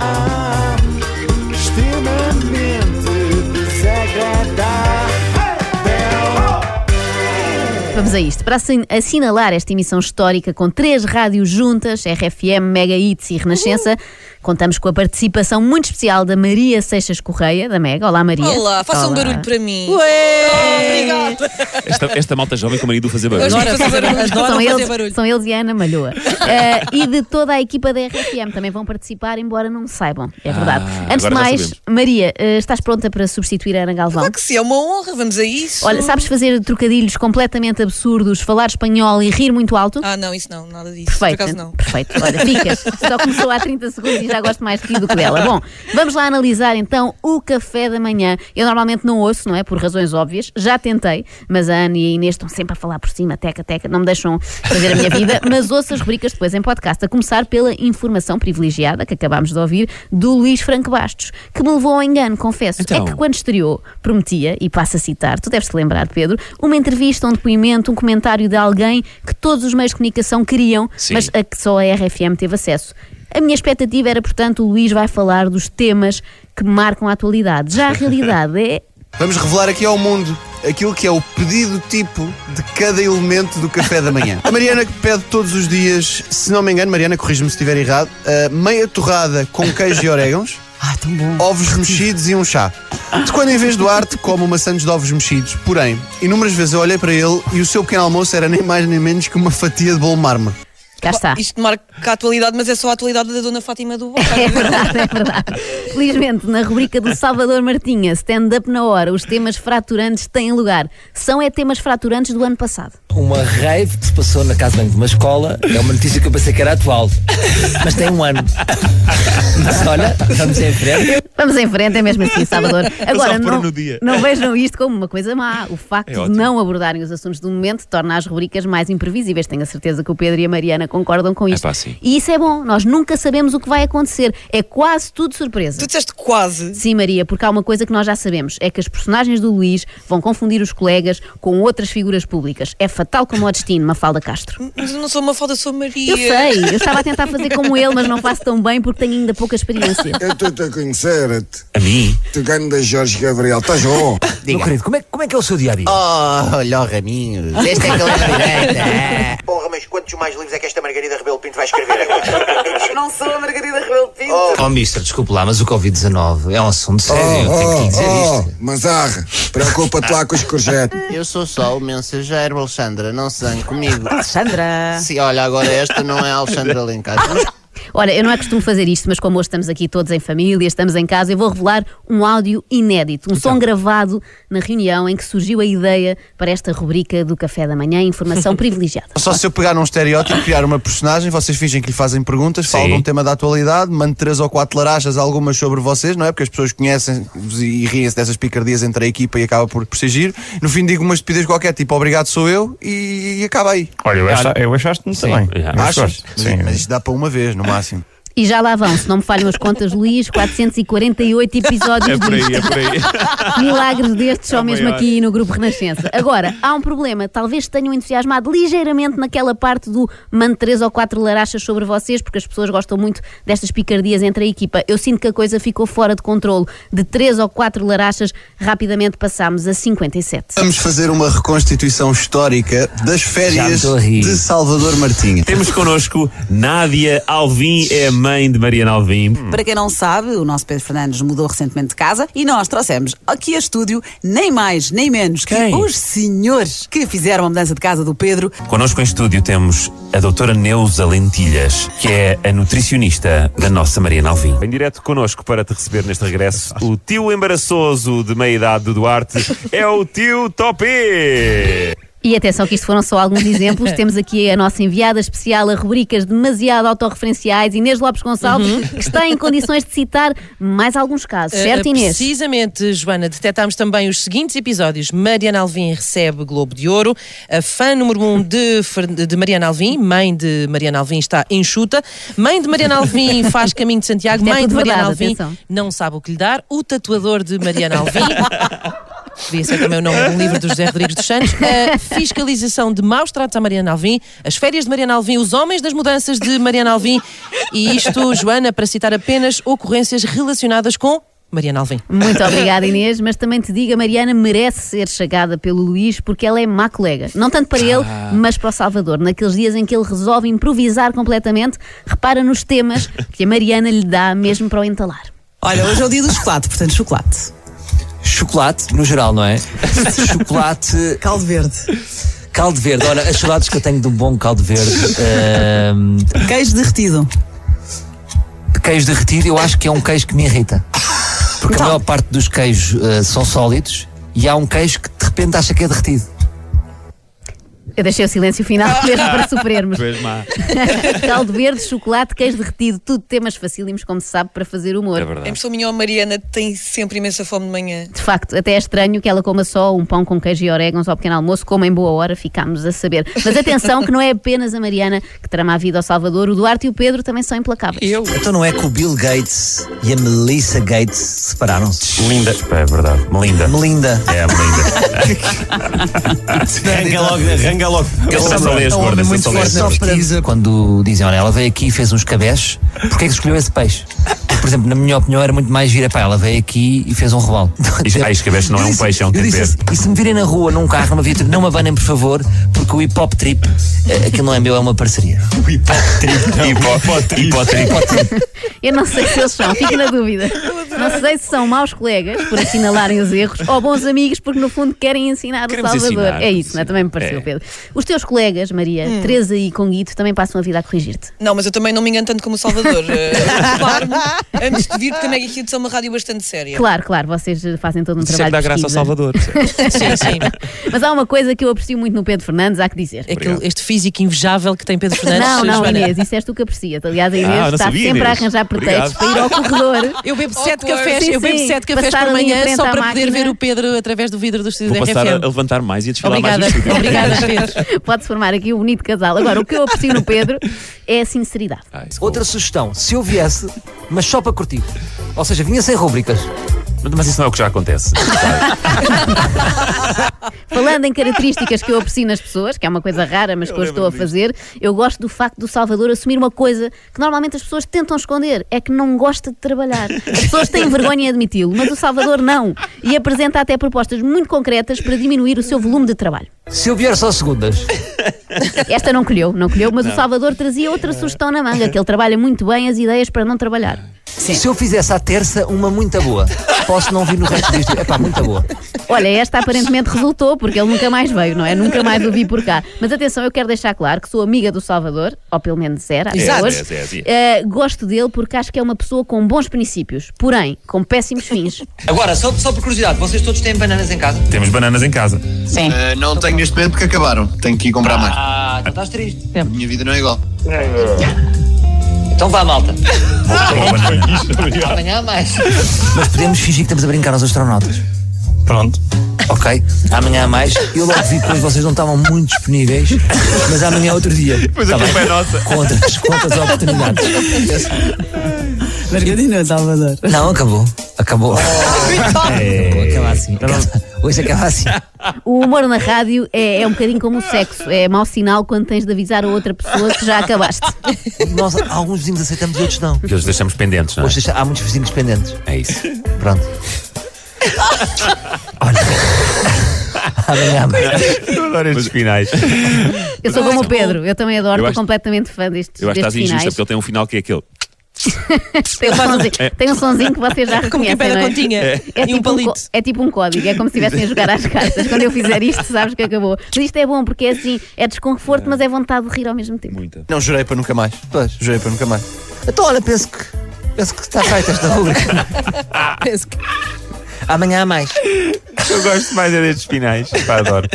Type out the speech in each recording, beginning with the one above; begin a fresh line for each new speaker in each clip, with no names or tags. Ah, extremamente desagradável.
Vamos a isto. Para assin- assinalar esta emissão histórica com três rádios juntas, RFM, Mega Hits e Renascença, contamos com a participação muito especial da Maria Seixas Correia, da Mega. Olá, Maria.
Olá, faça um
Olá.
barulho para mim. Obrigada.
Esta, esta malta jovem com o marido fazer
Eu
barulho.
adoro fazer barulho.
são,
Adoro fazer
eles,
barulho.
são eles e a Ana Malhoa. Eh, e de toda a equipa da RFM também vão participar, embora não saibam. É verdade.
Ah,
Antes de
agora já
mais,
sabemos.
Maria, eh, estás pronta para substituir a Ana Galvão?
Claro que sim, é uma honra, vamos a isso.
Olha, sabes fazer trocadilhos completamente absurdos, falar espanhol e rir muito alto?
Ah, não, isso não, nada disso.
Perfeito,
Por acaso não.
perfeito. Olha, ficas. Só começou há 30 segundos e já gosto mais de ti do que dela. Bom, vamos lá analisar então o café da manhã. Eu normalmente não ouço, não é? Por razões óbvias. Já tentei, mas a Ana e a Inês estão sempre a falar por cima, teca, teca, não me deixam fazer a minha vida. Mas ouço as rubricas depois em podcast, a começar pela informação privilegiada que acabámos de ouvir do Luís Franco Bastos, que me levou ao engano, confesso. É
Então.
que quando estreou, prometia, e passo a citar, tu deves te lembrar, Pedro, uma entrevista, um depoimento, um comentário de alguém que todos os meios de comunicação queriam,
Sim.
mas a que só a RFM teve acesso. A minha expectativa era, portanto, o Luís vai falar dos temas que marcam a atualidade. Já a realidade é.
Vamos revelar aqui ao mundo aquilo que é o pedido tipo de cada elemento do café da manhã. A Mariana que pede todos os dias, se não me engano, Mariana, corrige-me se estiver errado, uh, meia torrada com queijo e orégãos,
Ah, tão bom.
ovos mexidos e um chá. De quando em vez do arte, come uma sandes de ovos mexidos. Porém, inúmeras vezes eu olhei para ele e o seu pequeno almoço era nem mais nem menos que uma fatia de bolo marma.
Cá
Tá.
está.
Isto marca a atualidade, mas é só a atualidade da Dona Fátima do
É
Boca.
verdade, é verdade. Felizmente, na rubrica do Salvador Martinha, stand-up na hora, os temas fraturantes têm lugar. São é temas fraturantes do ano passado.
Uma rave que se passou na casa de banho de uma escola é uma notícia que eu pensei que era atual, mas tem um ano. Mas olha, vamos em frente.
Vamos em frente, é mesmo assim, Salvador. Agora,
reparei
não,
no dia.
não vejam isto como uma coisa má. O facto
É
de
ótimo.
não abordarem os assuntos do momento torna as rubricas mais imprevisíveis. Tenho a certeza que o Pedro e a Mariana concordam com isto.
pá, sim.
E isso é bom, nós nunca sabemos o que vai acontecer. É quase tudo surpresa.
Tu disseste quase.
Sim, Maria, porque há uma coisa que nós já sabemos: é que as personagens do Luís vão confundir os colegas com outras figuras públicas. É fatal como o destino, Mafalda Castro.
Mas eu não sou uma falda, sou Maria.
Eu sei, eu estava a tentar fazer como ele, mas não faço tão bem porque tenho ainda pouca experiência.
Eu estou-te a conhecer-te.
A mim?
Tu da Jorge Gabriel, estás bom?
Meu querido, como é, como é que é o seu dia a dia?
Oh, olha o Raminhos, este é aquele
é?
direita.
Porra, mas quantos mais livros é que esta Margarida Rebelo Pinto vai escrever agora?
Não sou a Margarida Rebelo Pinto.
Oh, mister, desculpe lá, mas o Covid-19 é um assunto sério, eu tenho que lhe dizer
Oh,
isto.
oh, Mazarre, preocupa-te lá com os corjetes.
Eu sou só o mensageiro, Alexandra, não se zangue comigo.
Sandra.
Se olha, agora esta não é a Alexandra Alencar.
Ora, eu não é costume fazer isto, mas como hoje estamos aqui todos em família, estamos em casa, eu vou revelar um áudio inédito, um
Então.
som gravado na reunião em que surgiu a ideia para esta rubrica do Café da Manhã, informação privilegiada.
Só se eu pegar num estereótipo, criar uma personagem, vocês fingem que lhe fazem perguntas, falam de um tema da atualidade, mando três ou quatro larachas, algumas sobre vocês, não é? Porque as pessoas conhecem-vos e riem-se dessas picardias entre a equipa e acaba por, por ser giro. No fim digo uma estupidez qualquer, tipo obrigado sou eu e, e acaba aí.
oh.
Olha, eu, acha, eu achaste-me também.
já.
Eu
Achas?
gosto. Sim,
Mas isto dá para uma vez, no máximo.
E já lá vão, se não me falham as contas, Luís, 448
É
episódios
por
disto.
aí, é por aí.
Milagres destes, só
o
mesmo
maior.
aqui no Grupo Renascença. Agora, há um problema. Talvez tenham entusiasmado ligeiramente naquela parte do mando três ou quatro larachas sobre vocês, porque as pessoas gostam muito destas picardias entre a equipa. Eu sinto que a coisa ficou fora de controle. De três ou quatro larachas, rapidamente passámos a 57.
Vamos fazer uma reconstituição histórica das
Já me
férias
estou a rir.
de Salvador Martinha.
Temos connosco Nádia Alvim, é a mãe de Mariana Alvim.
Para quem não sabe, o nosso Pedro Fernandes mudou recentemente de casa e nós trouxemos aqui a estúdio nem mais nem menos que
Quem?
os senhores que fizeram a mudança de casa do Pedro.
Connosco em estúdio temos a doutora Neuza Lentilhas, que é a nutricionista da nossa Mariana Alvim. Em direto connosco para te receber neste regresso, o tio embaraçoso de meia-idade do Duarte é o tio Topi.
E atenção que isto foram só alguns exemplos. Temos aqui a nossa enviada especial a rubricas demasiado autorreferenciais, Inês Lopes Gonçalves, que está em condições de citar mais alguns casos. Certo,
Eh,
Inês?
Precisamente, Joana, detectámos também os seguintes episódios. Mariana Alvim recebe Globo de Ouro. A fã número um de, Fer- de Mariana Alvim, mãe de Mariana Alvim, está enxuta. Mãe de Mariana Alvim faz Caminho de Santiago.
Isto é
mãe de
tudo verdade,
Mariana Alvim
atenção.
não sabe o que lhe dar. O tatuador de Mariana Alvim. Devia ser também o nome do livro do José Rodrigues dos Santos. A fiscalização de maus tratos à Mariana Alvim, as férias de Mariana Alvim, os homens das mudanças de Mariana Alvim. E isto, Joana, para citar apenas ocorrências relacionadas com Mariana Alvim.
Muito obrigada, Inês, mas também te digo, a Mariana merece ser chegada pelo Luís porque ela é má colega. Não tanto para ele,
Ah.
mas para o Salvador. Naqueles dias em que ele resolve improvisar completamente, repara nos temas que a Mariana lhe dá mesmo para o entalar.
Olha, hoje é o dia do chocolate, portanto, chocolate.
Chocolate, no geral, não é? Chocolate.
Caldo verde.
Caldo verde. Ora, as saudades que eu tenho de um bom caldo verde. ehm,
Queijo derretido.
queijo derretido, eu acho que é um queijo que me irrita. Porque a maior parte dos queijos eh, são sólidos e há um queijo que de repente acha que é derretido.
Eu deixei o silêncio final mesmo para sofrermos.
Pois má.
Caldo verde, chocolate, queijo derretido, tudo temas facílimos, como se sabe, para fazer humor.
É verdade.
A impressão minha, a Mariana tem sempre imensa fome de manhã.
De facto, até é estranho que ela coma só um pão com queijo e orégãos ao pequeno almoço, como em boa hora ficámos a saber. Mas atenção que não é apenas a Mariana que trama a vida ao Salvador, o Duarte e o Pedro também são implacáveis.
Eu? Então não é que o Bill Gates e a Melissa Gates separaram-se?
Linda. É verdade. Melinda.
Melinda.
É a
Arranca
Melinda.
logo, arranca logo.
Eu só só leio as
É um
gordas. eu
homem muito
só leio as
forte na
gordas.
pesquisa quando dizem, olha, ela veio aqui e fez uns cabés, porquê é que escolheu esse peixe? Porque, por exemplo, na minha opinião era muito mais gira para ela, veio aqui e fez um robalo.
Isto- Ah, isto que veste não é um peixe, é um
Eu disse
tempero.
assim, e se me virem na rua, num carro, numa viatura, não me abanem, por favor, porque o hip hop trip, eh, aquilo não é meu, é uma parceria.
Hipó- Hipótese.
Eu não sei se eles são, fico na dúvida. Não sei se são maus colegas por assinalarem os erros ou bons amigos porque, no fundo, querem ensinar
Queremos
o Salvador.
ensinar,
é isso, não é? também me pareceu,
É.
Pedro. Os teus colegas, Maria, Teresa e Conguito, também passam a vida a corrigir-te.
Não, mas eu também não me engano tanto como o Salvador. Eh, preparo-me Antes de vir, porque a Mega Hits é uma rádio bastante séria.
Claro, claro, vocês fazem todo um
Isso é que
trabalho
dá
de
graça ao
pesquisa.
Salvador.
Sim, sim.
Mas há uma coisa que eu aprecio muito no Pedro Fernandes, há que dizer.
Aquele- este físico invejável que tem Pedro Fernandes.
Não, não,
Joana.
Inês, isso és tu que aprecias. Aliás, a Inês
Ah, não
está
sabia,
sempre a
Inês.
arranjar pretextos
Obrigado.
para ir ao corredor.
Eu bebo sete
Awkward.
cafés, eu
Sim,
bebo
sim.
sete cafés
Passar
por
ali em
manhã
frente
só
à
para poder
máquina.
ver o Pedro através do vidro do estúdio
Vou
da
passar a
RFM.
levantar mais e a desfilar mais
Obrigada,
no estúdio.
obrigada, Pedro.
Pode-se formar aqui um bonito casal. Agora, o que eu aprecio no Pedro é a sinceridade.
Ah.
Outra sugestão, se eu viesse, mas só para curtir. Ou seja, vinha sem rúbricas.
Mas isso não é o que já acontece.
Falando em características que eu aprecio nas pessoas, que é uma coisa rara, mas que eu estou a fazer, eu gosto do facto do Salvador assumir uma coisa que normalmente as pessoas tentam esconder, é que não gosta de trabalhar. As pessoas têm vergonha em admiti-lo, mas o Salvador não. E apresenta até propostas muito concretas para diminuir o seu volume de trabalho.
Se eu vier só segundas,
Esta não colheu, não colheu, mas o Salvador trazia outra sugestão na manga, que ele trabalha muito bem as ideias para não trabalhar.
se eu fizesse à terça uma muito boa, posso não vir no resto disto. É pá, muito boa.
Olha, esta aparentemente resultou, porque ele nunca mais veio, não é? Nunca mais o vi por cá. Mas atenção, eu quero deixar claro que sou amiga do Salvador, ou pelo menos era, até
Exato.
hoje.
É, é,
Eh, gosto dele porque acho que é uma pessoa com bons princípios, porém, com péssimos fins.
Agora, só, só por curiosidade, vocês todos têm bananas em casa?
Temos bananas em casa.
Sim.
não tenho neste momento porque acabaram. Tenho que ir comprar mais.
Ah, então estás triste.
A minha vida não é igual.
Então vá, malta.
Vou comprar uma banana.
Amanhã há mais. Mas podemos fingir que estamos a brincar aos astronautas.
Pronto.
Ok, amanhã há mais. Eu logo vi que hoje vocês não estavam muito disponíveis, mas amanhã é outro dia.
Pois a culpa é nossa.
Com outras, com outras oportunidades.
Margarina, Salvador.
Não, acabou. Acabou. Acabou, acaba assim. Hoje acaba assim.
O humor na rádio é, é um bocadinho como o sexo, é mau sinal quando tens de avisar a outra pessoa que já acabaste.
Nós, alguns vizinhos aceitamos e outros não.
Que eles deixamos pendentes, não é?
Hoje deixa- há muitos vizinhos pendentes.
É isso.
Pronto. Olha. Amanhã há mais.
Eu adoro estes finais.
Eu sou como o Pedro, eu também adoro,
é
estou
Eu acho-
completamente fã destes,
Eu acho que
destes
estás injusta
finais.
porque ele tem um final que é aquele.
Tem um, sonzinho, tem um sonzinho que vocês já
É. Como quem
reconhecem,
pede
não
a
é?
continha.
É
E
tipo,
um
um,
palito.
co- é tipo um código, é como se estivessem a jogar às cartas. Quando eu fizer isto, sabes que acabou. Mas isto é bom porque é assim, é desconforto, mas é vontade de rir ao mesmo tempo.
Muita.
Não, jurei para nunca mais.
Pois.
Jurei para nunca mais.
Então, olha, penso que, penso que está feita esta rubrica. penso que. Amanhã há mais.
Eu gosto mais é destes finais. Pá, adoro.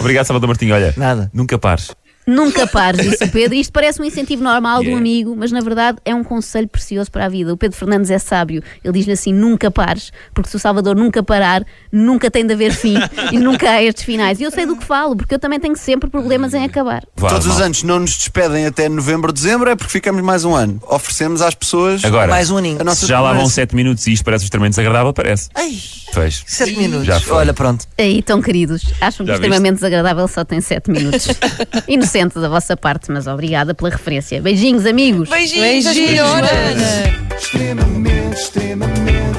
Obrigado, Salvador Martinho. Olha,
Nada.
nunca pares.
Nunca pares, disse o Pedro. Isto parece um incentivo normal de um
É.
Yeah.
amigo, mas na verdade é um conselho precioso para a vida. O Pedro Fernandes é sábio. Ele diz-lhe assim: nunca pares, porque se o Salvador nunca parar, nunca tem de haver fim e nunca há estes finais. E eu sei do que falo, porque eu também tenho sempre problemas em acabar.
Todos os anos não nos despedem até novembro, dezembro, é porque ficamos mais um ano. Oferecemos às pessoas
Agora,
a nossa
se já lá vão
conversa.
7 minutos e isto parece extremamente desagradável, parece. Pois.
7 minutos.
Já foi.
Olha, pronto.
Aí, tão queridos. Acham que
Já
o extremamente desagradável só tem 7 minutos. Inocente da vossa parte, mas obrigada pela referência. Beijinhos, amigos.
Beijinhos, Beijinhos. Beijinhos.
Extremamente, Ah, extremamente.